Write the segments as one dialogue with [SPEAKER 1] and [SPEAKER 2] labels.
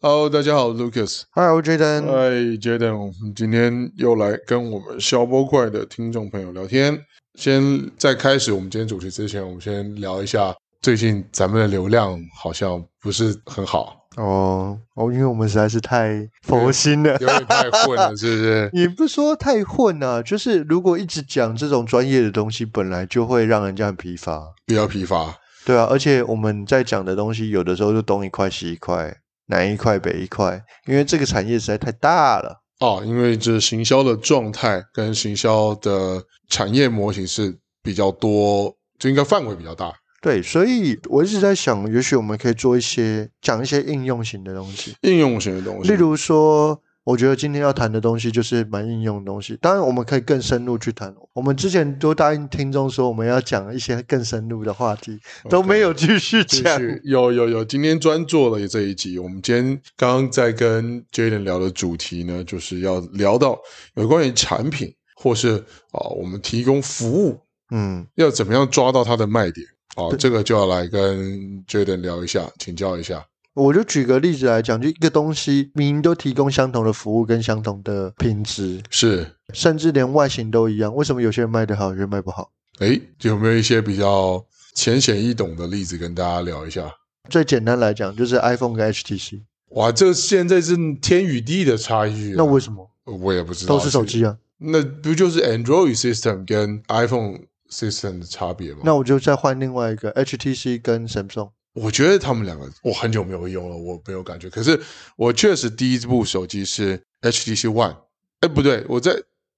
[SPEAKER 1] Hello，大家好，Lucas。
[SPEAKER 2] 嗨，我 Jaden，
[SPEAKER 1] 嗨，Jaden，我们今天又来跟我们消波怪的听众朋友聊天。先在开始我们今天主题之前，我们先聊一下最近咱们的流量好像不是很好，
[SPEAKER 2] 哦哦，因为我们实在是太佛心了，
[SPEAKER 1] 有点太混了，是不是？
[SPEAKER 2] 也不是说太混啊，就是如果一直讲这种专业的东西，本来就会让人家很疲乏，
[SPEAKER 1] 比较疲乏。
[SPEAKER 2] 对啊，而且我们在讲的东西，有的时候就东一块西一块，南一块北一块，因为这个产业实在太大了。
[SPEAKER 1] 哦，因为这行销的状态跟行销的产业模型是比较多，就应该范围比较大。
[SPEAKER 2] 对，所以我一直在想，也许我们可以做一些讲一些应用型的东西，
[SPEAKER 1] 应用型的东西，
[SPEAKER 2] 例如说，我觉得今天要谈的东西就是蛮应用的东西。当然，我们可以更深入去谈。我们之前都答应听众说我们要讲一些更深入的话题，都没有继续
[SPEAKER 1] 哦继
[SPEAKER 2] 讲。
[SPEAKER 1] 续有有有，今天专做了这一集。我们今天刚刚在跟 Jaden 聊的主题呢，就是要聊到有关于产品或是啊、我们提供服务
[SPEAKER 2] 嗯，
[SPEAKER 1] 要怎么样抓到它的卖点啊、
[SPEAKER 2] 对
[SPEAKER 1] 这个就要来跟 Jaden 聊一下，请教一下。
[SPEAKER 2] 我就举个例子来讲，就一个东西明明都提供相同的服务跟相同的品质，
[SPEAKER 1] 是，
[SPEAKER 2] 甚至连外形都一样，为什么有些人卖得好，有些人卖不好？
[SPEAKER 1] 哎，有没有一些比较浅显易懂的例子跟大家聊一下？
[SPEAKER 2] 最简单来讲，就是 iPhone 跟 HTC，
[SPEAKER 1] 哇，这现在是天与地的差异啊。
[SPEAKER 2] 那为什么
[SPEAKER 1] 我也不知道，
[SPEAKER 2] 都是手机啊？
[SPEAKER 1] 那不就是 Android system 跟 iPhone system 的差别吗？
[SPEAKER 2] 那我就再换另外一个 HTC 跟 Samsung。
[SPEAKER 1] 我觉得他们两个我很久没有用了，我没有感觉。可是我确实第一部手机是 HTC One，哎，不对，我在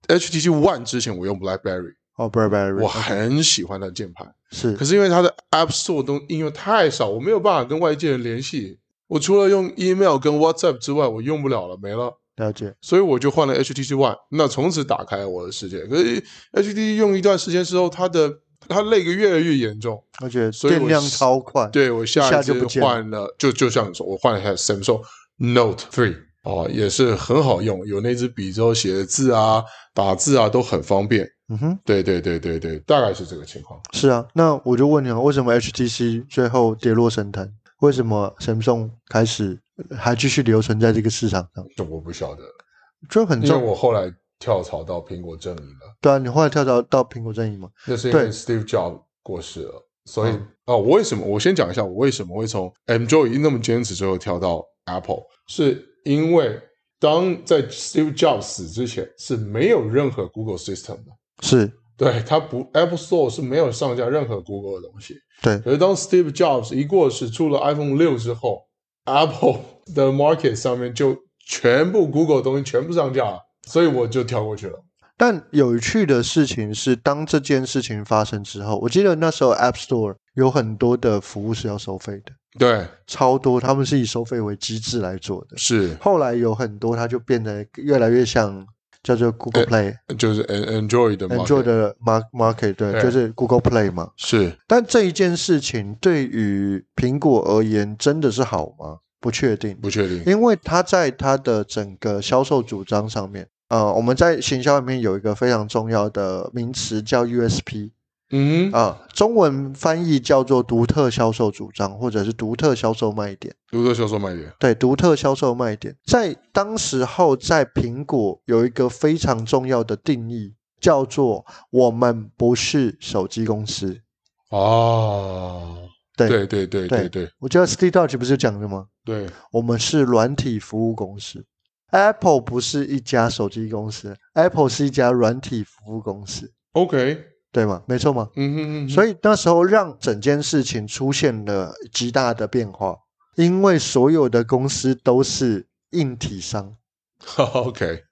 [SPEAKER 1] HTC One 之前我用 BlackBerry，
[SPEAKER 2] 哦，BlackBerry，
[SPEAKER 1] 我很喜欢它的键盘。
[SPEAKER 2] 是
[SPEAKER 1] 可是因为它的 App Store 都应用太少，我没有办法跟外界人联系。我除了用 email 跟 WhatsApp 之外，我用不了了，没了。
[SPEAKER 2] 了解，
[SPEAKER 1] 所以我就换了 HTC One，那从此打开我的世界。可是 HTC 用一段时间之后，它的它那个越来越严重，
[SPEAKER 2] 而且
[SPEAKER 1] 所以我
[SPEAKER 2] 电量
[SPEAKER 1] 是
[SPEAKER 2] 超快，
[SPEAKER 1] 对我
[SPEAKER 2] 一
[SPEAKER 1] 下
[SPEAKER 2] 下
[SPEAKER 1] 一
[SPEAKER 2] 就
[SPEAKER 1] 次
[SPEAKER 2] 不见了
[SPEAKER 1] 换了，就就像你说，我换了一台 Samsung Note Three 哦，也是很好用，有那支笔之后写字啊、打字啊都很方便。
[SPEAKER 2] 嗯哼，
[SPEAKER 1] 对对对对对，大概是这个情况。
[SPEAKER 2] 是啊。那我就问你啊，为什么 HTC 最后跌落神坛？为什么 Samsung 开始呃还继续留存在这个市场上？
[SPEAKER 1] 这我不晓得，
[SPEAKER 2] 就很
[SPEAKER 1] 因为
[SPEAKER 2] 重
[SPEAKER 1] 我后来跳槽到苹果阵营了，
[SPEAKER 2] 对啊。你后来跳槽到苹果阵营嘛？
[SPEAKER 1] 那是因为
[SPEAKER 2] 对
[SPEAKER 1] Steve Jobs 过世了，所以啊、
[SPEAKER 2] 嗯
[SPEAKER 1] 哦，我为什么？我先讲一下我为什么会从 M Joy 那么坚持，最后跳到 Apple，是因为当在 Steve Jobs 死之前是没有任何 Google System 的。
[SPEAKER 2] 是
[SPEAKER 1] 对，它不 Apple Store 是没有上架任何 Google 的东西。
[SPEAKER 2] 对
[SPEAKER 1] 可是当 Steve Jobs 一过世，出了 iPhone 六之后，Apple 的 Market 上面就全部 Google 的东西全部上架了，所以我就跳过去了。
[SPEAKER 2] 但有趣的事情是，当这件事情发生之后，我记得那时候 App Store 有很多的服务是要收费的，
[SPEAKER 1] 对，
[SPEAKER 2] 超多，他们是以收费为机制来做的。
[SPEAKER 1] 是，
[SPEAKER 2] 后来有很多，它就变得越来越像叫做 Google Play、
[SPEAKER 1] 就是 En- Android 的 market
[SPEAKER 2] Android 的 mar- market 对，
[SPEAKER 1] 对
[SPEAKER 2] 就是 Google Play 嘛。
[SPEAKER 1] 是
[SPEAKER 2] 但这一件事情对于苹果而言真的是好吗？不确定，
[SPEAKER 1] 不确定。
[SPEAKER 2] 因为它在它的整个销售主张上面，呃，我们在行销里面有一个非常重要的名词叫 USP
[SPEAKER 1] 嗯，
[SPEAKER 2] 啊、中文翻译叫做独特销售主张或者是独特销售卖点。
[SPEAKER 1] 独特销售卖点
[SPEAKER 2] 对，独特销售卖点，在当时候，在苹果有一个非常重要的定义，叫做“我们不是手机公司
[SPEAKER 1] 啊，”
[SPEAKER 2] 对。
[SPEAKER 1] 对对对对
[SPEAKER 2] 对
[SPEAKER 1] 对
[SPEAKER 2] 我觉得 Steve Dodge 不是讲的吗？
[SPEAKER 1] 对，
[SPEAKER 2] 我们是软体服务公司，Apple 不是一家手机公司，Apple 是一家软体服务公司，
[SPEAKER 1] ，OK，
[SPEAKER 2] 对吗？没错吗？
[SPEAKER 1] 嗯哼嗯哼，
[SPEAKER 2] 所
[SPEAKER 1] 以
[SPEAKER 2] 以那时候让整件事情出现了极大的变化，因为所有的公司都是硬体商。
[SPEAKER 1] OK，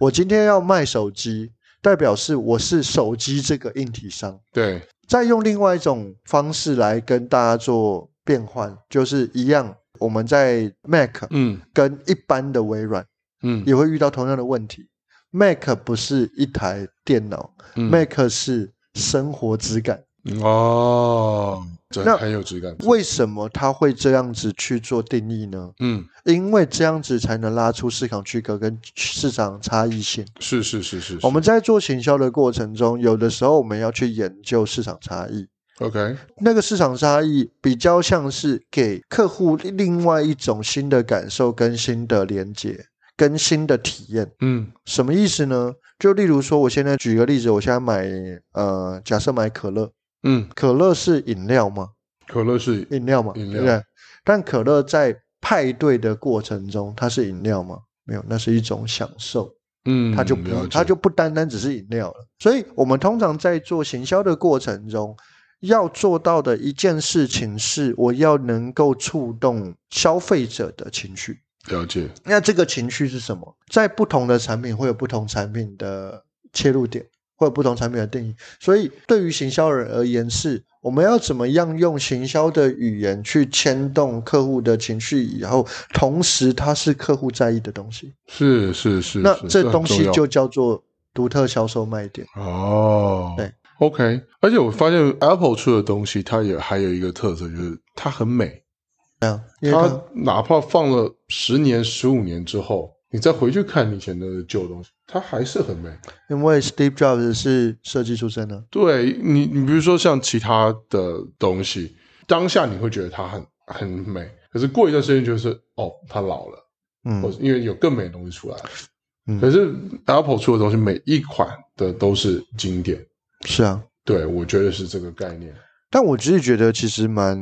[SPEAKER 2] 我今天要卖手机，代表是我是手机这个硬体商。
[SPEAKER 1] 对，
[SPEAKER 2] 再用另外一种方式来跟大家做变换，就是一样，我们在 Mac
[SPEAKER 1] 嗯
[SPEAKER 2] 跟一般的微软
[SPEAKER 1] 嗯
[SPEAKER 2] 也会遇到同样的问题。Mac 不是一台电脑、
[SPEAKER 1] 嗯
[SPEAKER 2] m a c 是生活质感。
[SPEAKER 1] 哦，真的
[SPEAKER 2] 那
[SPEAKER 1] 很有质感。
[SPEAKER 2] 为什么它会这样子去做定义呢？
[SPEAKER 1] 嗯，
[SPEAKER 2] 因为这样子才能拉出市场区隔跟市场差异性。
[SPEAKER 1] 是是是是，是
[SPEAKER 2] 我们在做行销的过程中，有的时候我们要去研究市场差异，
[SPEAKER 1] OK，
[SPEAKER 2] 那个市场差异比较像是给客户另外一种新的感受、跟新的连接、跟新的体验。
[SPEAKER 1] 嗯
[SPEAKER 2] 什么意思呢？就例如说，我现在举个例子，我现在买呃，假设买可乐，
[SPEAKER 1] 嗯，
[SPEAKER 2] 可乐是饮料吗？
[SPEAKER 1] 可乐是
[SPEAKER 2] 饮料嘛，
[SPEAKER 1] 饮料
[SPEAKER 2] 对不对？但可乐在派对的过程中，它是饮料吗？没有，那是一种享受。
[SPEAKER 1] 嗯，
[SPEAKER 2] 它就
[SPEAKER 1] 了
[SPEAKER 2] 不
[SPEAKER 1] 解
[SPEAKER 2] 它就不单单只是饮料了。所以我们通常在做行销的过程中，要做到的一件事情是，我要能够触动消费者的情绪。
[SPEAKER 1] 了解，
[SPEAKER 2] 那这个情绪是什么？在不同的产品会有不同产品的切入点，会有不同产品的定义。所以对于行销人而言是，我们要怎么样用行销的语言去牵动客户的情绪，以后同时它是客户在意的东西。
[SPEAKER 1] 是是是，
[SPEAKER 2] 那
[SPEAKER 1] 是
[SPEAKER 2] 这东
[SPEAKER 1] 很重
[SPEAKER 2] 西
[SPEAKER 1] 要
[SPEAKER 2] 就叫做独特销售卖点。
[SPEAKER 1] 哦，
[SPEAKER 2] 对
[SPEAKER 1] ，OK。而且我发现 Apple 出的东西，它也还有一个特色，就是它很美。
[SPEAKER 2] 对啊，因为
[SPEAKER 1] 它
[SPEAKER 2] 它
[SPEAKER 1] 哪怕放了十年、十五年之后，你再回去看以前的旧东西，它还是很美。
[SPEAKER 2] 因为 Steve Jobs 是设计出身的，
[SPEAKER 1] 对你，你比如说像其他的东西，当下你会觉得它很很美，可是过一段时间就是哦，它老了，或
[SPEAKER 2] 嗯
[SPEAKER 1] 者因为有更美的东西出来。
[SPEAKER 2] 嗯
[SPEAKER 1] 可是 Apple 出的东西，每一款的都是经典。
[SPEAKER 2] 是啊。
[SPEAKER 1] 对，我觉得是这个概念。
[SPEAKER 2] 但我只是觉得其实蛮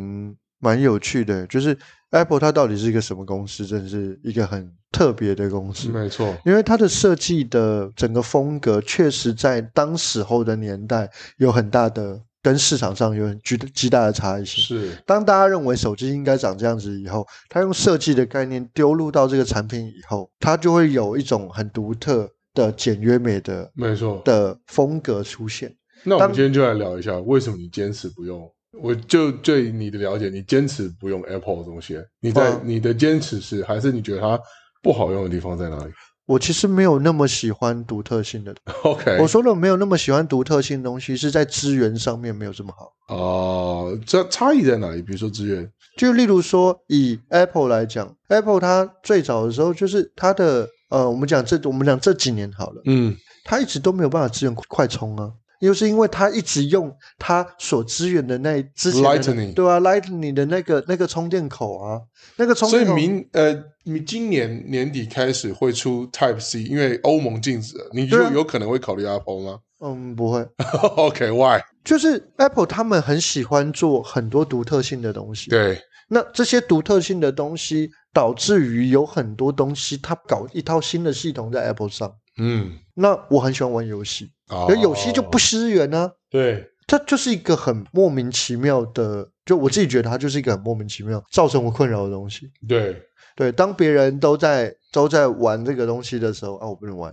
[SPEAKER 2] 蛮有趣的，就是 Apple 它到底是一个什么公司，真是一个很特别的公司。
[SPEAKER 1] 没错，
[SPEAKER 2] 因为它的设计的整个风格，确实在当时候的年代有很大的跟市场上有很巨极大的差异性。
[SPEAKER 1] 是
[SPEAKER 2] 当大家认为手机应该长这样子以后，他用设计的概念丢入到这个产品以后，它就会有一种很独特的简约美的
[SPEAKER 1] 没错。
[SPEAKER 2] 的风格出现。
[SPEAKER 1] 那我们
[SPEAKER 2] 当
[SPEAKER 1] 今天就来聊一下，为什么你坚持不用？我就对你的了解，你坚持不用 Apple 的东西，你在、
[SPEAKER 2] 嗯
[SPEAKER 1] 你的坚持是还是你觉得它不好用的地方在哪里
[SPEAKER 2] 我其实没有那么喜欢独特性的，
[SPEAKER 1] ？OK，
[SPEAKER 2] 我说的没有那么喜欢独特性的东西，是在资源上面没有这么好。
[SPEAKER 1] 哦、这差异在哪里？比如说资源，
[SPEAKER 2] 就例如说，以 Apple 来讲，Apple 它最早的时候就是它的呃，我们讲这我们讲这几年好了，
[SPEAKER 1] 嗯，
[SPEAKER 2] 它一直都没有办法支援快充啊，又是因为它一直用它所支援的那之前的
[SPEAKER 1] Lightning
[SPEAKER 2] 对啊，Lightning 的那个那个充电口啊，那个充
[SPEAKER 1] 所以
[SPEAKER 2] 电口
[SPEAKER 1] 明呃，你今年年底开始会出 Type C，因为欧盟禁止了，你就
[SPEAKER 2] 对啊
[SPEAKER 1] 有可能会考虑 Apple 吗
[SPEAKER 2] 嗯不会，
[SPEAKER 1] ？OK，Why？、
[SPEAKER 2] 就是 Apple 他们很喜欢做很多独特性的东西，
[SPEAKER 1] 对，
[SPEAKER 2] 那这些独特性的东西导致于有很多东西它搞一套新的系统在 Apple 上。
[SPEAKER 1] 嗯，
[SPEAKER 2] 那我很喜欢玩游戏，可有些就不
[SPEAKER 1] 哦
[SPEAKER 2] 支援啊呢、
[SPEAKER 1] 对，
[SPEAKER 2] 这就是一个很莫名其妙的，就我自己觉得它就是一个很莫名其妙造成我困扰的东西。
[SPEAKER 1] 对，
[SPEAKER 2] 对，当别人都在都在玩这个东西的时候啊，我不能玩，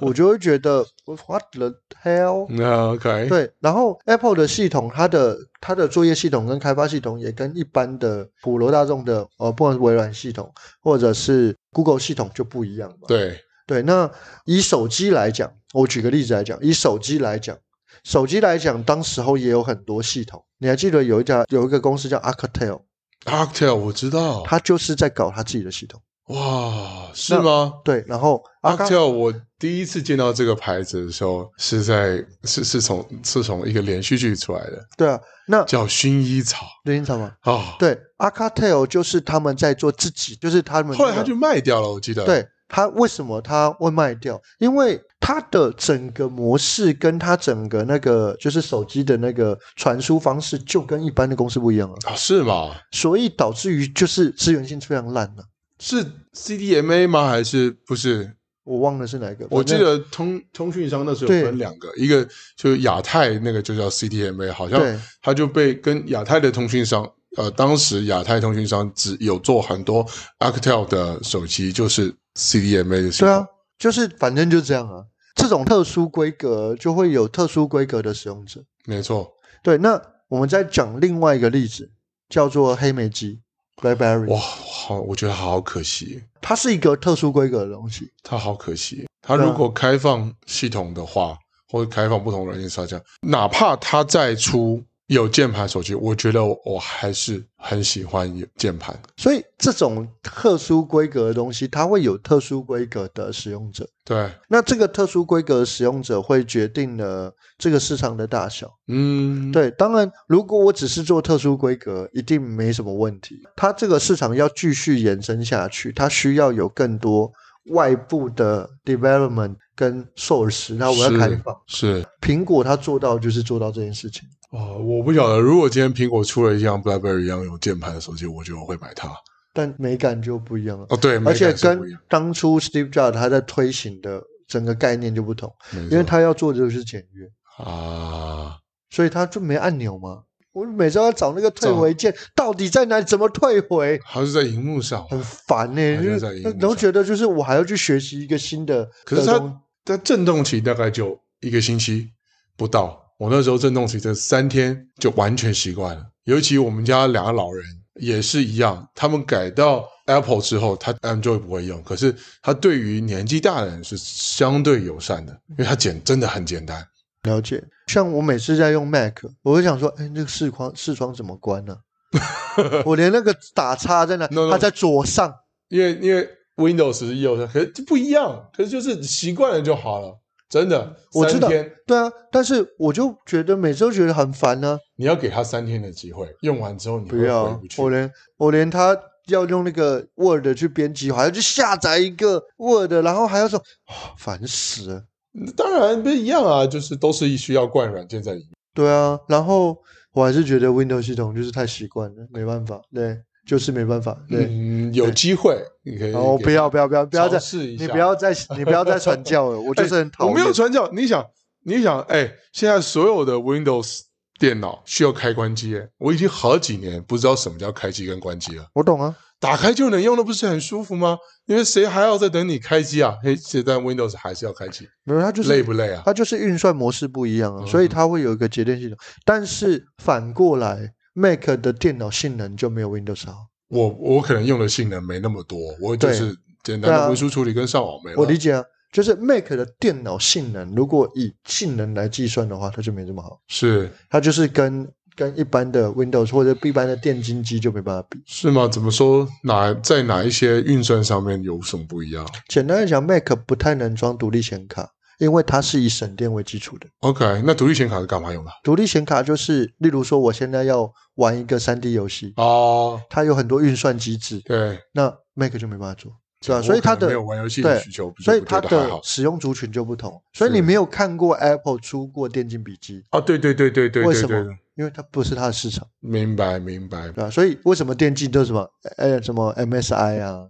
[SPEAKER 2] 我就会觉得我 what the hell？
[SPEAKER 1] 那 OK，，
[SPEAKER 2] 对，然后 Apple 的系统，它的它的作业系统跟开发系统也跟一般的普罗大众的呃，不管是微软系统或者是 Google 系统就不一样嘛。
[SPEAKER 1] 对，
[SPEAKER 2] 对，那以手机来讲，我举个例子来讲，以手机来讲，手机来讲，当时候也有很多系统。你还记得有一家有一个公司叫 Arcatel，
[SPEAKER 1] a c t e l 我知道，
[SPEAKER 2] 它就是在搞它自己的系统。
[SPEAKER 1] 哇，是
[SPEAKER 2] 那啊
[SPEAKER 1] 吗
[SPEAKER 2] 对，然后
[SPEAKER 1] a c t e
[SPEAKER 2] Arcatel
[SPEAKER 1] l 我第一次见到这个牌子的时候，是在是是从是从一个连续剧出来的，
[SPEAKER 2] 对啊，那
[SPEAKER 1] 叫《薰衣草
[SPEAKER 2] 林场嘛，》
[SPEAKER 1] 啊。
[SPEAKER 2] 对，Arcatel 就是他们在做自己，就是他们、那个、
[SPEAKER 1] 后来它就卖掉了，我记得。，
[SPEAKER 2] 对它为什么它会卖掉？因为它的整个模式跟它整个那个就是手机的那个传输方式就跟一般的公司不一样了，
[SPEAKER 1] 啊，是吗？
[SPEAKER 2] 所以导致于就是资源性非常烂啊了。
[SPEAKER 1] 是 CDMA 吗？还是不是？
[SPEAKER 2] 我忘了是哪一个，
[SPEAKER 1] 我
[SPEAKER 2] 反
[SPEAKER 1] 记
[SPEAKER 2] 正
[SPEAKER 1] 得通通讯商那时候
[SPEAKER 2] 对
[SPEAKER 1] 分两个，一个就是亚太那个就叫 CDMA，好像
[SPEAKER 2] 对
[SPEAKER 1] 它就被跟亚太的通讯商，呃，当时亚太通讯商只有做很多 a c t e l 的手机，就是 CDMA 的系统。
[SPEAKER 2] 对啊，就是反正就这样啊。这种特殊规格就会有特殊规格的使用者。
[SPEAKER 1] 没错。
[SPEAKER 2] 对，那我们再讲另外一个例子，叫做黑莓机 （BlackBerry）。
[SPEAKER 1] 哇，好，我觉得好可惜，
[SPEAKER 2] 它是一个特殊规格的东西。
[SPEAKER 1] 他好可惜。他
[SPEAKER 2] 对啊
[SPEAKER 1] 如果开放系统的话，或者开放不同软件上架，哪怕他再出有键盘手机，我觉得我我还是很喜欢有键盘。
[SPEAKER 2] 所以这种特殊规格的东西，它会有特殊规格的使用者。
[SPEAKER 1] 对，
[SPEAKER 2] 那这个特殊规格的使用者会决定了这个市场的大小。
[SPEAKER 1] 嗯，，
[SPEAKER 2] 对，当然，如果我只是做特殊规格，一定没什么问题。它这个市场要继续延伸下去，它需要有更多外部的 development 跟 source，那我要
[SPEAKER 1] 是
[SPEAKER 2] 开放。
[SPEAKER 1] 是。
[SPEAKER 2] 苹果它做到就是做到这件事情。
[SPEAKER 1] 哦，我不晓得，如果今天苹果出了一样 BlackBerry 一样有键盘的手机，我觉得我会买它。
[SPEAKER 2] 但美感就不一样了。
[SPEAKER 1] 哦，对，
[SPEAKER 2] 而
[SPEAKER 1] 美
[SPEAKER 2] 且
[SPEAKER 1] 感是不一
[SPEAKER 2] 跟
[SPEAKER 1] 样
[SPEAKER 2] 当初 Steve Jobs 他在推行的整个概念就不同，
[SPEAKER 1] 没
[SPEAKER 2] 因为
[SPEAKER 1] 错
[SPEAKER 2] 他要做的就是简约，
[SPEAKER 1] 啊，
[SPEAKER 2] 所以他就没按钮嘛。我每次要找那个退
[SPEAKER 1] 找
[SPEAKER 2] 回键，到底在哪里？怎么退回？
[SPEAKER 1] 它是在荧幕上，
[SPEAKER 2] 很烦呢、
[SPEAKER 1] 好像
[SPEAKER 2] 就
[SPEAKER 1] 在
[SPEAKER 2] 是
[SPEAKER 1] 荧幕上
[SPEAKER 2] 然后觉得就是我还要去学习一个新的，
[SPEAKER 1] 可是
[SPEAKER 2] 的东
[SPEAKER 1] 它它震动期大概就一个星期不到，我那时候震动期这三天就完全习惯了。尤其我们家两个老人也是一样，他们改到 Apple 之后，他 Android 不会用，可是他对于年纪大的人是相对友善的，因为它简真的很简单。
[SPEAKER 2] 了解。像我每次在用 Mac，我会想说，哎，那个视窗视窗怎么关呢、 我连那个打叉在哪，
[SPEAKER 1] No, no.
[SPEAKER 2] 它在左上。
[SPEAKER 1] 因为因为 Windows 是右的，可是不一样，可是就是习惯了就好了，真的。
[SPEAKER 2] 我知道
[SPEAKER 1] 三天
[SPEAKER 2] 对啊，但是我就觉得每次都觉得很烦呢、
[SPEAKER 1] 你要给他三天的机会，用完之后你
[SPEAKER 2] 不
[SPEAKER 1] 会回
[SPEAKER 2] 要
[SPEAKER 1] 不，去。
[SPEAKER 2] 我连我连他要用那个 Word 去编辑，我还要去下载一个 Word，然后还要说，哦烦死了。
[SPEAKER 1] 当然不一样啊，就是都是需要灌软件在里面。
[SPEAKER 2] 对啊，然后我还是觉得 Windows 系统就是太习惯了，没办法，对，就是没办法，对。
[SPEAKER 1] 嗯，有机会你可以给。
[SPEAKER 2] 然后哦不要不要不要不要再
[SPEAKER 1] 尝试一下哎
[SPEAKER 2] 你不要再你不要再传教了，我就是很讨
[SPEAKER 1] 我
[SPEAKER 2] 厌。
[SPEAKER 1] 没有传教。你想，你想，哎，现在所有的 Windows 电脑需要开关机，哎我已经好几年不知道什么叫开机跟关机了。
[SPEAKER 2] 我懂啊，
[SPEAKER 1] 打开就能用，那不是很舒服吗？因为谁还要再等你开机啊？嘿，现在 Windows 还是要开机，
[SPEAKER 2] 没有它就是
[SPEAKER 1] 累不嗯累啊？
[SPEAKER 2] 它就是运算模式不一样啊，所以它会有一个节电系统。但是反过来，Mac 的电脑性能就没有 Windows 好。
[SPEAKER 1] 我我可能用的性能没那么多，我就
[SPEAKER 2] 对
[SPEAKER 1] 是简单
[SPEAKER 2] 对啊
[SPEAKER 1] 的文书处理跟上网没了。
[SPEAKER 2] 我理解啊，就是 Mac 的电脑性能，如果以性能来计算的话，它就没这么好，
[SPEAKER 1] 是
[SPEAKER 2] 它就是跟跟一般的 Windows 或者一般的电竞机就没办法比。
[SPEAKER 1] 是吗？怎么说哪在哪一些运算上面有什么不一样
[SPEAKER 2] 简单来讲，Mac 不太能装独立显卡，因为它是以省电为基础的。
[SPEAKER 1] ？OK，那独立显卡是干嘛用的？
[SPEAKER 2] 独立显卡就是，例如说我现在要玩一个 3D 游戏，
[SPEAKER 1] 哦，
[SPEAKER 2] 它有很多运算机制，
[SPEAKER 1] 对，
[SPEAKER 2] 那 Mac 就没办法做，是吧？
[SPEAKER 1] 我
[SPEAKER 2] 所以它
[SPEAKER 1] 可能
[SPEAKER 2] 的
[SPEAKER 1] 没有玩游戏
[SPEAKER 2] 对
[SPEAKER 1] 的需求，不是
[SPEAKER 2] 所以
[SPEAKER 1] 我
[SPEAKER 2] 它
[SPEAKER 1] 觉得还
[SPEAKER 2] 的
[SPEAKER 1] 好
[SPEAKER 2] 使用族群就不同，所以你
[SPEAKER 1] 是
[SPEAKER 2] 没有看过 Apple 出过电竞笔记，
[SPEAKER 1] 啊，对对对对对
[SPEAKER 2] 为
[SPEAKER 1] 对
[SPEAKER 2] 什
[SPEAKER 1] 对
[SPEAKER 2] 么，？因为它不是它的市场。
[SPEAKER 1] 明白明白。
[SPEAKER 2] 对啊，所以为什么电竞都是什么呃什么 MSI 啊，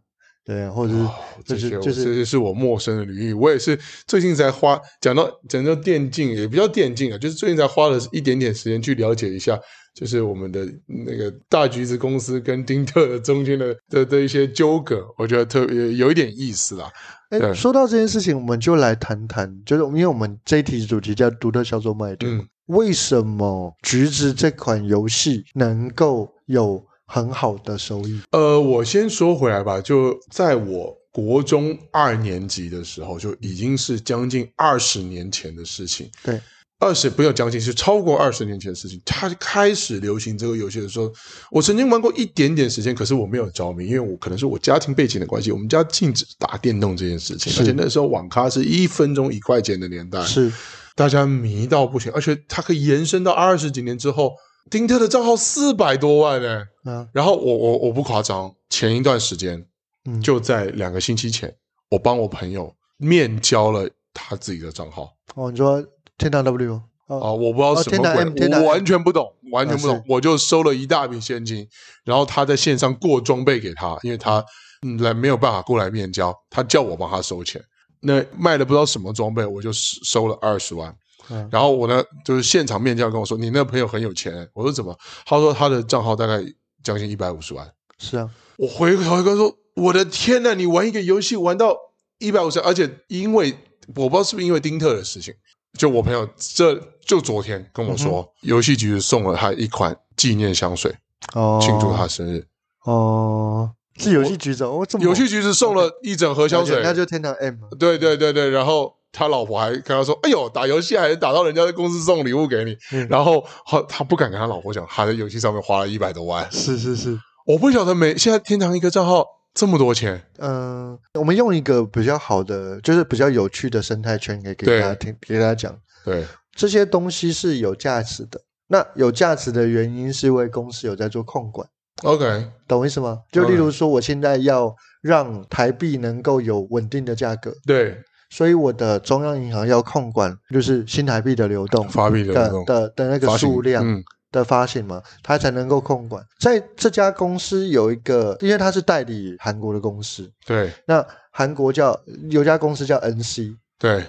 [SPEAKER 2] 对，或者是、
[SPEAKER 1] 哦
[SPEAKER 2] 就
[SPEAKER 1] 这些
[SPEAKER 2] 是
[SPEAKER 1] 我这
[SPEAKER 2] 就是
[SPEAKER 1] 些是我陌生的领域，我也是最近才花讲到讲到电竞，也不叫电竞啊，就是最近才花了一点点时间去了解一下，就是我们的那个大橘子公司跟丁特的中间的的的一些纠葛，我觉得特别有一点意思啦。
[SPEAKER 2] 哎，
[SPEAKER 1] 对
[SPEAKER 2] 说到这件事情，我们就来谈谈，就是因为我们这一题主题叫独特销售卖点，
[SPEAKER 1] 嗯，
[SPEAKER 2] 为什么橘子这款游戏能够有很好的收益？
[SPEAKER 1] 呃，我先说回来吧，就在我国中二年级的时候，就已经是将近二十年前的事情。
[SPEAKER 2] 对，
[SPEAKER 1] 二十不要将近，是超过二十年前的事情。它开始流行这个游戏的时候，我曾经玩过一点点时间，可是我没有着迷，因为我可能是我家庭背景的关系，我们家禁止打电动这件事情，
[SPEAKER 2] 是
[SPEAKER 1] 而且那时候网咖是一分钟一块钱的年代，
[SPEAKER 2] 是
[SPEAKER 1] 大家迷到不行，而且它可以延伸到二十几年之后，丁特的账号四百多万呢、
[SPEAKER 2] 啊，
[SPEAKER 1] 然后我我我不夸张，前一段时间
[SPEAKER 2] 嗯，
[SPEAKER 1] 就在两个星期前，我帮我朋友面交了他自己的账号
[SPEAKER 2] 哦，你说天堂 W
[SPEAKER 1] 啊、
[SPEAKER 2] 哦，
[SPEAKER 1] 我不知道
[SPEAKER 2] 哦
[SPEAKER 1] 什
[SPEAKER 2] 天
[SPEAKER 1] 么
[SPEAKER 2] 哪
[SPEAKER 1] 鬼，
[SPEAKER 2] M，天哪
[SPEAKER 1] 我
[SPEAKER 2] M
[SPEAKER 1] 完全不懂，完全不懂，
[SPEAKER 2] 啊是
[SPEAKER 1] 我就收了一大笔现金，然后他在线上过装备给他，因为他嗯来没有办法过来面交，他叫我帮他收钱。那卖了不知道什么装备，我就收收了二十万。
[SPEAKER 2] 嗯
[SPEAKER 1] 然后我呢，就是现场面交跟我说：“你那个朋友很有钱。”我说：“怎么？”他说：“他的账号大概将近一百五十万。”
[SPEAKER 2] 是啊，
[SPEAKER 1] 我回头跟他说：“我的天呐，你玩一个游戏玩到一百五十，而且因为我不知道是不是因为丁特的事情，就我朋友这就昨天跟我
[SPEAKER 2] 嗯
[SPEAKER 1] 说，游戏局送了他一款纪念香水，
[SPEAKER 2] 哦，
[SPEAKER 1] 庆祝他生日。
[SPEAKER 2] 哦，是游戏局长哦，这么
[SPEAKER 1] 游戏局是送了一整盒香
[SPEAKER 2] 了解
[SPEAKER 1] 水，
[SPEAKER 2] 那就天堂 M
[SPEAKER 1] 对对对对，然后他老婆还跟他说：“哎呦，打游戏还打到人家的公司送礼物给你。
[SPEAKER 2] 嗯
[SPEAKER 1] 然后他他不敢跟他老婆讲，他在游戏上面花了一百多万。
[SPEAKER 2] 是是是，
[SPEAKER 1] 我不晓得每现在天堂一个账号这么多钱，
[SPEAKER 2] 嗯、我们用一个比较好的，就是比较有趣的生态圈，给给
[SPEAKER 1] 对
[SPEAKER 2] 大家听，给大家讲，
[SPEAKER 1] 对
[SPEAKER 2] 这些东西是有价值的。那有价值的原因是因为公司有在做控管，
[SPEAKER 1] ，OK，
[SPEAKER 2] 懂我意思吗？就
[SPEAKER 1] 当
[SPEAKER 2] 例
[SPEAKER 1] 然
[SPEAKER 2] 如说，我现在要让台币能够有稳定的价格，
[SPEAKER 1] 对，
[SPEAKER 2] 所以我的中央银行要控管，就是新台币的流动
[SPEAKER 1] 发币的那
[SPEAKER 2] 的
[SPEAKER 1] 种
[SPEAKER 2] 的的那个
[SPEAKER 1] 发行
[SPEAKER 2] 数量，
[SPEAKER 1] 嗯，
[SPEAKER 2] 的发行嘛，它才能够控管。在这家公司有一个，因为它是代理韩国的公司，
[SPEAKER 1] 对
[SPEAKER 2] 那韩国叫有家公司叫 NC，NC
[SPEAKER 1] 对，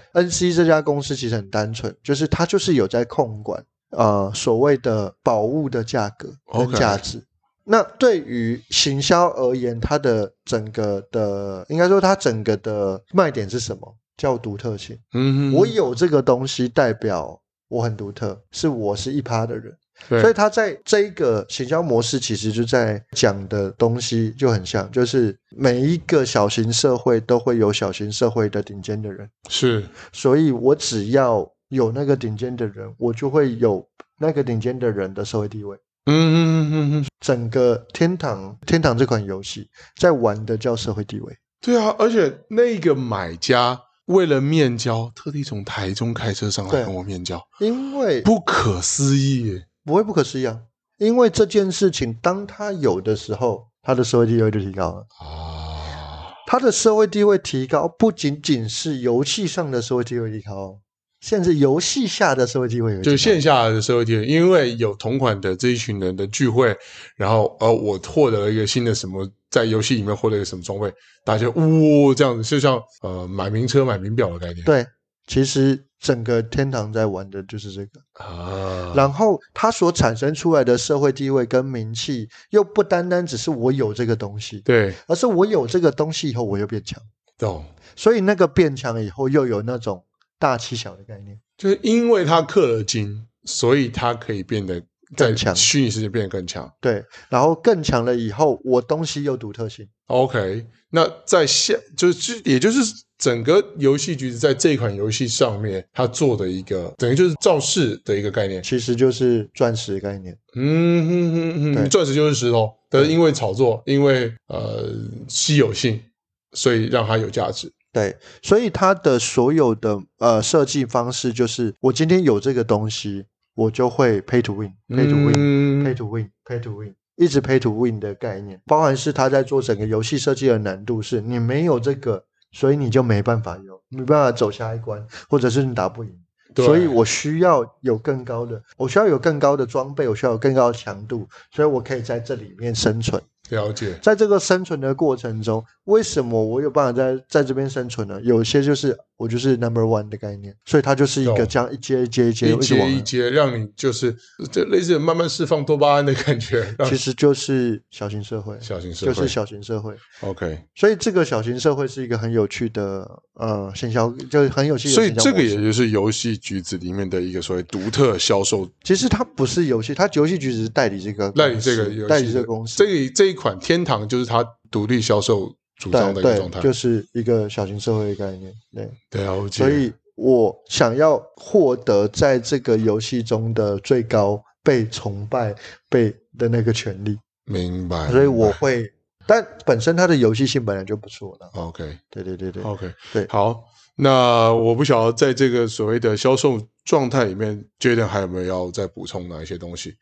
[SPEAKER 2] 这家公司其实很单纯，就是它就是有在控管呃所谓的宝物的价格跟
[SPEAKER 1] OK
[SPEAKER 2] 价值。那对于行销而言，它的整个的应该说它整个的卖点是什么？叫独特性。
[SPEAKER 1] 嗯，
[SPEAKER 2] 我有这个东西，代表我很独特，是我是一趴的人。
[SPEAKER 1] 对
[SPEAKER 2] 所以他在这一个行销模式，其实就在讲的东西就很像，就是每一个小型社会都会有小型社会的顶尖的人，
[SPEAKER 1] 是
[SPEAKER 2] 所以我只要有那个顶尖的人，我就会有那个顶尖的人的社会地位。
[SPEAKER 1] 嗯嗯嗯嗯嗯，
[SPEAKER 2] 整个《天堂》《天堂》这款游戏在玩的叫社会地位，
[SPEAKER 1] 对啊，而且那个买家为了面交，特地从台中开车上来
[SPEAKER 2] 对
[SPEAKER 1] 跟我面交，
[SPEAKER 2] 因为
[SPEAKER 1] 不可思议耶，
[SPEAKER 2] 不会不可思议啊！因为这件事情，当他有的时候，他的社会地位就提高了。
[SPEAKER 1] 啊，
[SPEAKER 2] 他的社会地位提高，不仅仅是游戏上的社会地位提高，哦甚至游戏下的社会地位也
[SPEAKER 1] 就
[SPEAKER 2] 提
[SPEAKER 1] 是
[SPEAKER 2] 高
[SPEAKER 1] 线下的社会体验，因为有同款的这一群人的聚会，然后呃，我获得了一个新的什么，在游戏里面获得一个什么装备，大家就呜、这样子，就像呃买名车、买名表的概念。
[SPEAKER 2] 对。其实整个天堂在玩的就是这个，
[SPEAKER 1] 啊，
[SPEAKER 2] 然后它所产生出来的社会地位跟名气，又不单单只是我有这个东西，
[SPEAKER 1] 对，
[SPEAKER 2] 而是我有这个东西以后我又变强，
[SPEAKER 1] 懂，
[SPEAKER 2] 所以那个变强以后又有那种大欺小的概念。
[SPEAKER 1] 就是因为他氪了金，所以他可以变得在
[SPEAKER 2] 更强
[SPEAKER 1] 虚拟世界变得更强。
[SPEAKER 2] 对，然后更强了以后，我东西又独特性，
[SPEAKER 1] OK，那在下就是也就是整个游戏局在这款游戏上面，他做的一个等于就是造势的一个概念。
[SPEAKER 2] 其实就是钻石概念。
[SPEAKER 1] 嗯哼哼哼，
[SPEAKER 2] 对嗯
[SPEAKER 1] 钻石就是石头，但是因为炒作，因为呃稀有性，所以让它有价值。
[SPEAKER 2] 对，所以它的所有的呃设计方式就是，我今天有这个东西，我就会 pay to win，pay to win，pay、
[SPEAKER 1] 嗯
[SPEAKER 2] to win，pay to win，一直 pay to win 的概念，包含是他在做整个游戏设计的难度是，你没有这个，所以你就没办法有，没办法走下一关，或者是你打不赢。
[SPEAKER 1] 对
[SPEAKER 2] 所以我需要有更高的，我需要有更高的装备，我需要有更高的强度，所以我可以在这里面生存。
[SPEAKER 1] 了解，
[SPEAKER 2] 在这个生存的过程中，为什么我有办法在在这边生存呢？有些就是我就是 number one 的概念，所以它就是一个
[SPEAKER 1] 懂
[SPEAKER 2] 这样一阶一阶一阶
[SPEAKER 1] 一
[SPEAKER 2] 直往
[SPEAKER 1] 阶
[SPEAKER 2] 上
[SPEAKER 1] 一阶，让你就是这类似慢慢释放多巴胺的感觉，让
[SPEAKER 2] 其实就是小型社会，
[SPEAKER 1] 小型社
[SPEAKER 2] 就
[SPEAKER 1] 会。
[SPEAKER 2] 是小型社会。
[SPEAKER 1] OK，
[SPEAKER 2] 所以这个小型社会是一个很有趣的呃行销，就是很有趣的
[SPEAKER 1] 所以
[SPEAKER 2] 行销
[SPEAKER 1] 这个
[SPEAKER 2] 模式
[SPEAKER 1] 也就是游戏局子里面的一个所谓独特销售，
[SPEAKER 2] 其实它不是游戏，它游戏局只是代理这个
[SPEAKER 1] 代理这个
[SPEAKER 2] 公司
[SPEAKER 1] 游戏
[SPEAKER 2] 代理这个公司，
[SPEAKER 1] 这个这一款天堂就是它独立销售主张的
[SPEAKER 2] 对
[SPEAKER 1] 一个状态
[SPEAKER 2] 对，。就是一个小型社会的概念，对。
[SPEAKER 1] 了解，
[SPEAKER 2] 所以我想要获得在这个游戏中的最高被崇拜、被的那个权利，
[SPEAKER 1] 明白。
[SPEAKER 2] 所以
[SPEAKER 1] 哎明白
[SPEAKER 2] 我会。但本身它的游戏性本来就不错了，
[SPEAKER 1] OK。
[SPEAKER 2] 对对对对，
[SPEAKER 1] OK，
[SPEAKER 2] 对
[SPEAKER 1] 好，那我不晓得在这个所谓的销售状态里面，Jaden 还有没有要再补充哪一些东西？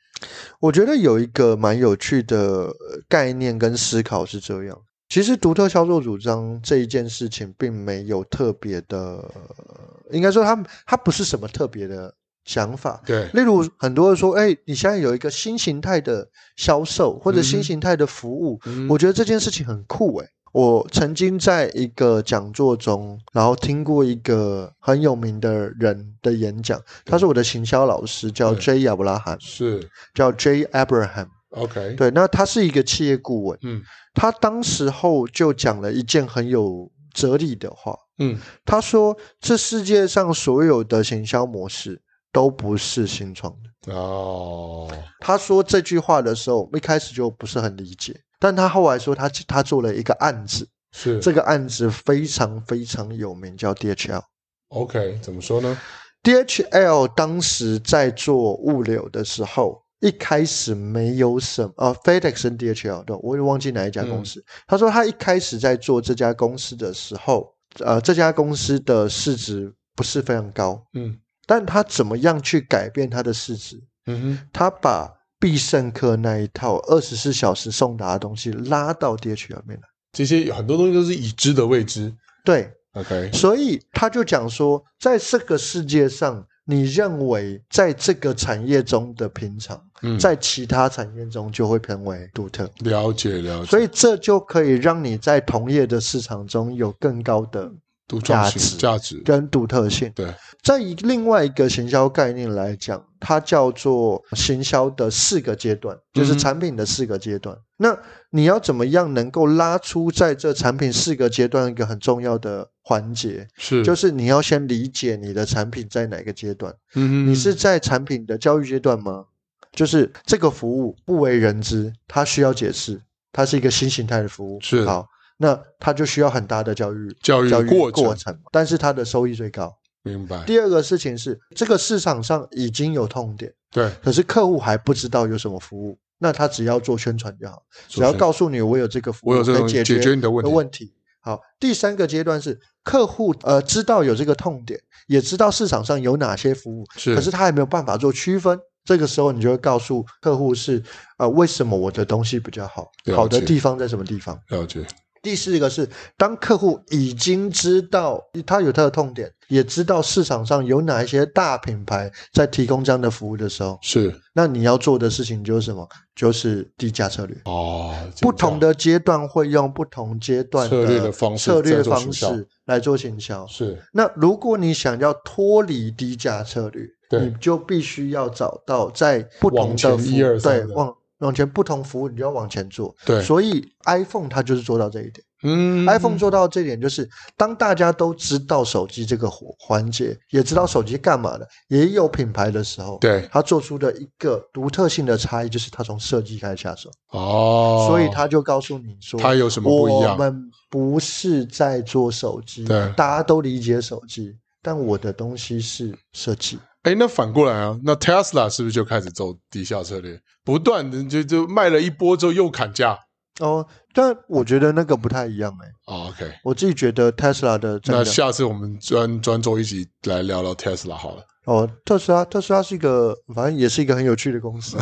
[SPEAKER 2] 我觉得有一个蛮有趣的呃概念跟思考是这样。其实独特销售主张这一件事情，并没有特别的，呃应该说它它不是什么特别的想法，
[SPEAKER 1] 对，
[SPEAKER 2] 例如很多人说，哎、你现在有一个新形态的销售或者
[SPEAKER 1] 嗯
[SPEAKER 2] 新形态的服务，
[SPEAKER 1] 嗯
[SPEAKER 2] 我觉得这件事情很酷哎、我曾经在一个讲座中，然后听过一个很有名的人的演讲，他是我的行销老师，叫
[SPEAKER 1] 对
[SPEAKER 2] J 亚伯拉罕，
[SPEAKER 1] 是
[SPEAKER 2] 叫 J Abraham。
[SPEAKER 1] OK，
[SPEAKER 2] 对，那他是一个企业顾问，
[SPEAKER 1] 嗯
[SPEAKER 2] 他当时候就讲了一件很有哲理的话，
[SPEAKER 1] 嗯，
[SPEAKER 2] 他说：“这世界上所有的行销模式都不是新创的。”
[SPEAKER 1] 哦，
[SPEAKER 2] 他说这句话的时候，一开始就不是很理解，但他后来说他他做了一个案子，
[SPEAKER 1] 是
[SPEAKER 2] 这个案子非常非常有名，叫 DHL。
[SPEAKER 1] OK，怎么说呢？
[SPEAKER 2] DHL 当时在做物流的时候，一开始没有什么，呃，FedEx 跟 DHL 的，我也忘记哪一家公司。他说他一开始在做这家公司的时候，呃，这家公司的市值不是非常高，
[SPEAKER 1] 嗯
[SPEAKER 2] 但他怎么样去改变它的市值？
[SPEAKER 1] 嗯哼，
[SPEAKER 2] 他把必胜客那一套二十四小时送达的东西拉到 DHL 里面来。
[SPEAKER 1] 这些有很多东西都是已知的未知。
[SPEAKER 2] 对，
[SPEAKER 1] OK，
[SPEAKER 2] 所以他就讲说，在这个世界上，你认为在这个产业中的平常，
[SPEAKER 1] 嗯，
[SPEAKER 2] 在其他产业中就会成为独特，
[SPEAKER 1] 了解了解，
[SPEAKER 2] 所以这就可以让你在同业的市场中有更高的
[SPEAKER 1] 独创
[SPEAKER 2] 价
[SPEAKER 1] 性
[SPEAKER 2] 值
[SPEAKER 1] 价值，
[SPEAKER 2] 跟独特性。
[SPEAKER 1] 对，
[SPEAKER 2] 在以另外一个行销概念来讲，它叫做行销的四个阶段，就是
[SPEAKER 1] 嗯哼
[SPEAKER 2] 产品的四个阶段。那你要怎么样能够拉出在这产品四个阶段一个很重要的环节，
[SPEAKER 1] 是，
[SPEAKER 2] 就是是你要先理解你的产品在哪个阶段。
[SPEAKER 1] 嗯哼，
[SPEAKER 2] 你是在产品的教育阶段吗？就是这个服务不为人知，它需要解释，它是一个新形态的服务。
[SPEAKER 1] 是
[SPEAKER 2] 好，那它就需要很大的教育
[SPEAKER 1] 教育
[SPEAKER 2] 教育
[SPEAKER 1] 过程
[SPEAKER 2] 过程，但是它的收益最高。
[SPEAKER 1] 明白，
[SPEAKER 2] 第二个事情是，这个市场上已经有痛点，
[SPEAKER 1] 对，
[SPEAKER 2] 可是客户还不知道有什么服务，那他只要做宣传就好，只要
[SPEAKER 1] 是
[SPEAKER 2] 告诉你我有这个服务，
[SPEAKER 1] 我有这
[SPEAKER 2] 可以
[SPEAKER 1] 种
[SPEAKER 2] 解
[SPEAKER 1] 解决你的问题
[SPEAKER 2] 问题。好，第三个阶段是客户呃知道有这个痛点，也知道市场上有哪些服务，
[SPEAKER 1] 是
[SPEAKER 2] 可是他还没有办法做区分。这个时候，你就会告诉客户是呃为什么我的东西比较好，
[SPEAKER 1] 了
[SPEAKER 2] 好的
[SPEAKER 1] 解
[SPEAKER 2] 地方在什么地方。
[SPEAKER 1] 了解，
[SPEAKER 2] 第四个是，当客户已经知道他有他的痛点，也知道市场上有哪一些大品牌在提供这样的服务的时候，
[SPEAKER 1] 是
[SPEAKER 2] 那你要做的事情就是什么？就是低价策略。
[SPEAKER 1] 哦，
[SPEAKER 2] 不同
[SPEAKER 1] 的
[SPEAKER 2] 的阶段会用不同阶段
[SPEAKER 1] 策略的方式
[SPEAKER 2] 策略
[SPEAKER 1] 在做
[SPEAKER 2] 方
[SPEAKER 1] 行销
[SPEAKER 2] 式来做行销。
[SPEAKER 1] 是
[SPEAKER 2] 那如果你想要脱离低价策略，
[SPEAKER 1] 对
[SPEAKER 2] 你就必须要找到在不同
[SPEAKER 1] 往
[SPEAKER 2] 的
[SPEAKER 1] 前
[SPEAKER 2] 服
[SPEAKER 1] 一二三
[SPEAKER 2] 对
[SPEAKER 1] 的
[SPEAKER 2] 往往前不同服务，你就要往前做。
[SPEAKER 1] 对，
[SPEAKER 2] 所以 iPhone 它就是做到这一点。
[SPEAKER 1] 嗯
[SPEAKER 2] iPhone 做到这一点，就是当大家都知道手机这个环环节，也知道手机干嘛的，也有品牌的时候，
[SPEAKER 1] 对
[SPEAKER 2] 它做出的一个独特性的差异，就是它从设计开始下手，
[SPEAKER 1] 哦，
[SPEAKER 2] 所以它就告诉你说，
[SPEAKER 1] 它有什么不一
[SPEAKER 2] 我
[SPEAKER 1] 样？
[SPEAKER 2] 们不是在做手机，
[SPEAKER 1] 对
[SPEAKER 2] 大家都理解手机，但我的东西是设计。
[SPEAKER 1] 哎，那反过来啊，那 Tesla 是不是就开始走低价策略，不断的就就卖了一波之后又砍价
[SPEAKER 2] 哦，但我觉得那个不太一样哎、
[SPEAKER 1] 啊？OK，
[SPEAKER 2] 我自己觉得 Tesla 的战
[SPEAKER 1] 那
[SPEAKER 2] 略
[SPEAKER 1] 下次我们专专周一起来聊聊 Tesla 好了。
[SPEAKER 2] 哦，特斯拉特斯拉是一个，反正也是一个很有趣的公 司。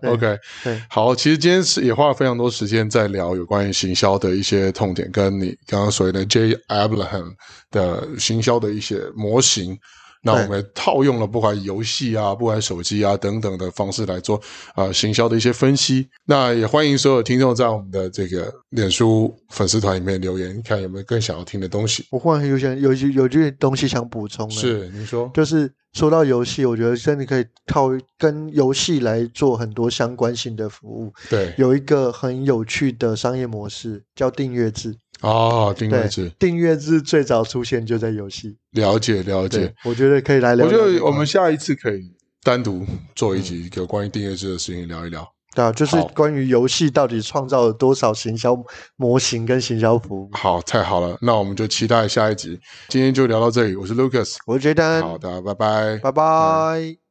[SPEAKER 2] 对
[SPEAKER 1] OK，
[SPEAKER 2] 对
[SPEAKER 1] 好，其实今天是也花了非常多时间在聊有关于行销的一些痛点，跟你刚刚所谓的 J. Abraham 的行销的一些模型。那我
[SPEAKER 2] 对
[SPEAKER 1] 们套用了不管游戏啊、不管手机啊等等的方式来做啊、呃行销的一些分析。那也欢迎所有听众在我们的这个脸书粉丝团里面留言，看有没有更想要听的东西。
[SPEAKER 2] 我忽然有想有一句有句东西想补充，，
[SPEAKER 1] 是您说
[SPEAKER 2] 就是说到游戏，我觉得真的可以靠跟游戏来做很多相关性的服务。
[SPEAKER 1] 对
[SPEAKER 2] 有一个很有趣的商业模式叫订阅制，
[SPEAKER 1] 哦，定位
[SPEAKER 2] 对
[SPEAKER 1] 置，
[SPEAKER 2] 订阅制最早出现就在游戏。
[SPEAKER 1] 了解了解
[SPEAKER 2] 对，。我觉得可以来聊
[SPEAKER 1] 我觉
[SPEAKER 2] 聊这一块。
[SPEAKER 1] 得我们下一次可以单独做一集有关于订阅制的事情聊一聊。
[SPEAKER 2] 对啊，就是
[SPEAKER 1] 好
[SPEAKER 2] 关于游戏到底创造了多少行销模型跟行销服务。
[SPEAKER 1] 好，太好了，那我们就期待下一集。今天就聊到这里，我是 Lucas，
[SPEAKER 2] 嗯我是 Jaden，
[SPEAKER 1] 好的，拜拜。
[SPEAKER 2] 拜拜。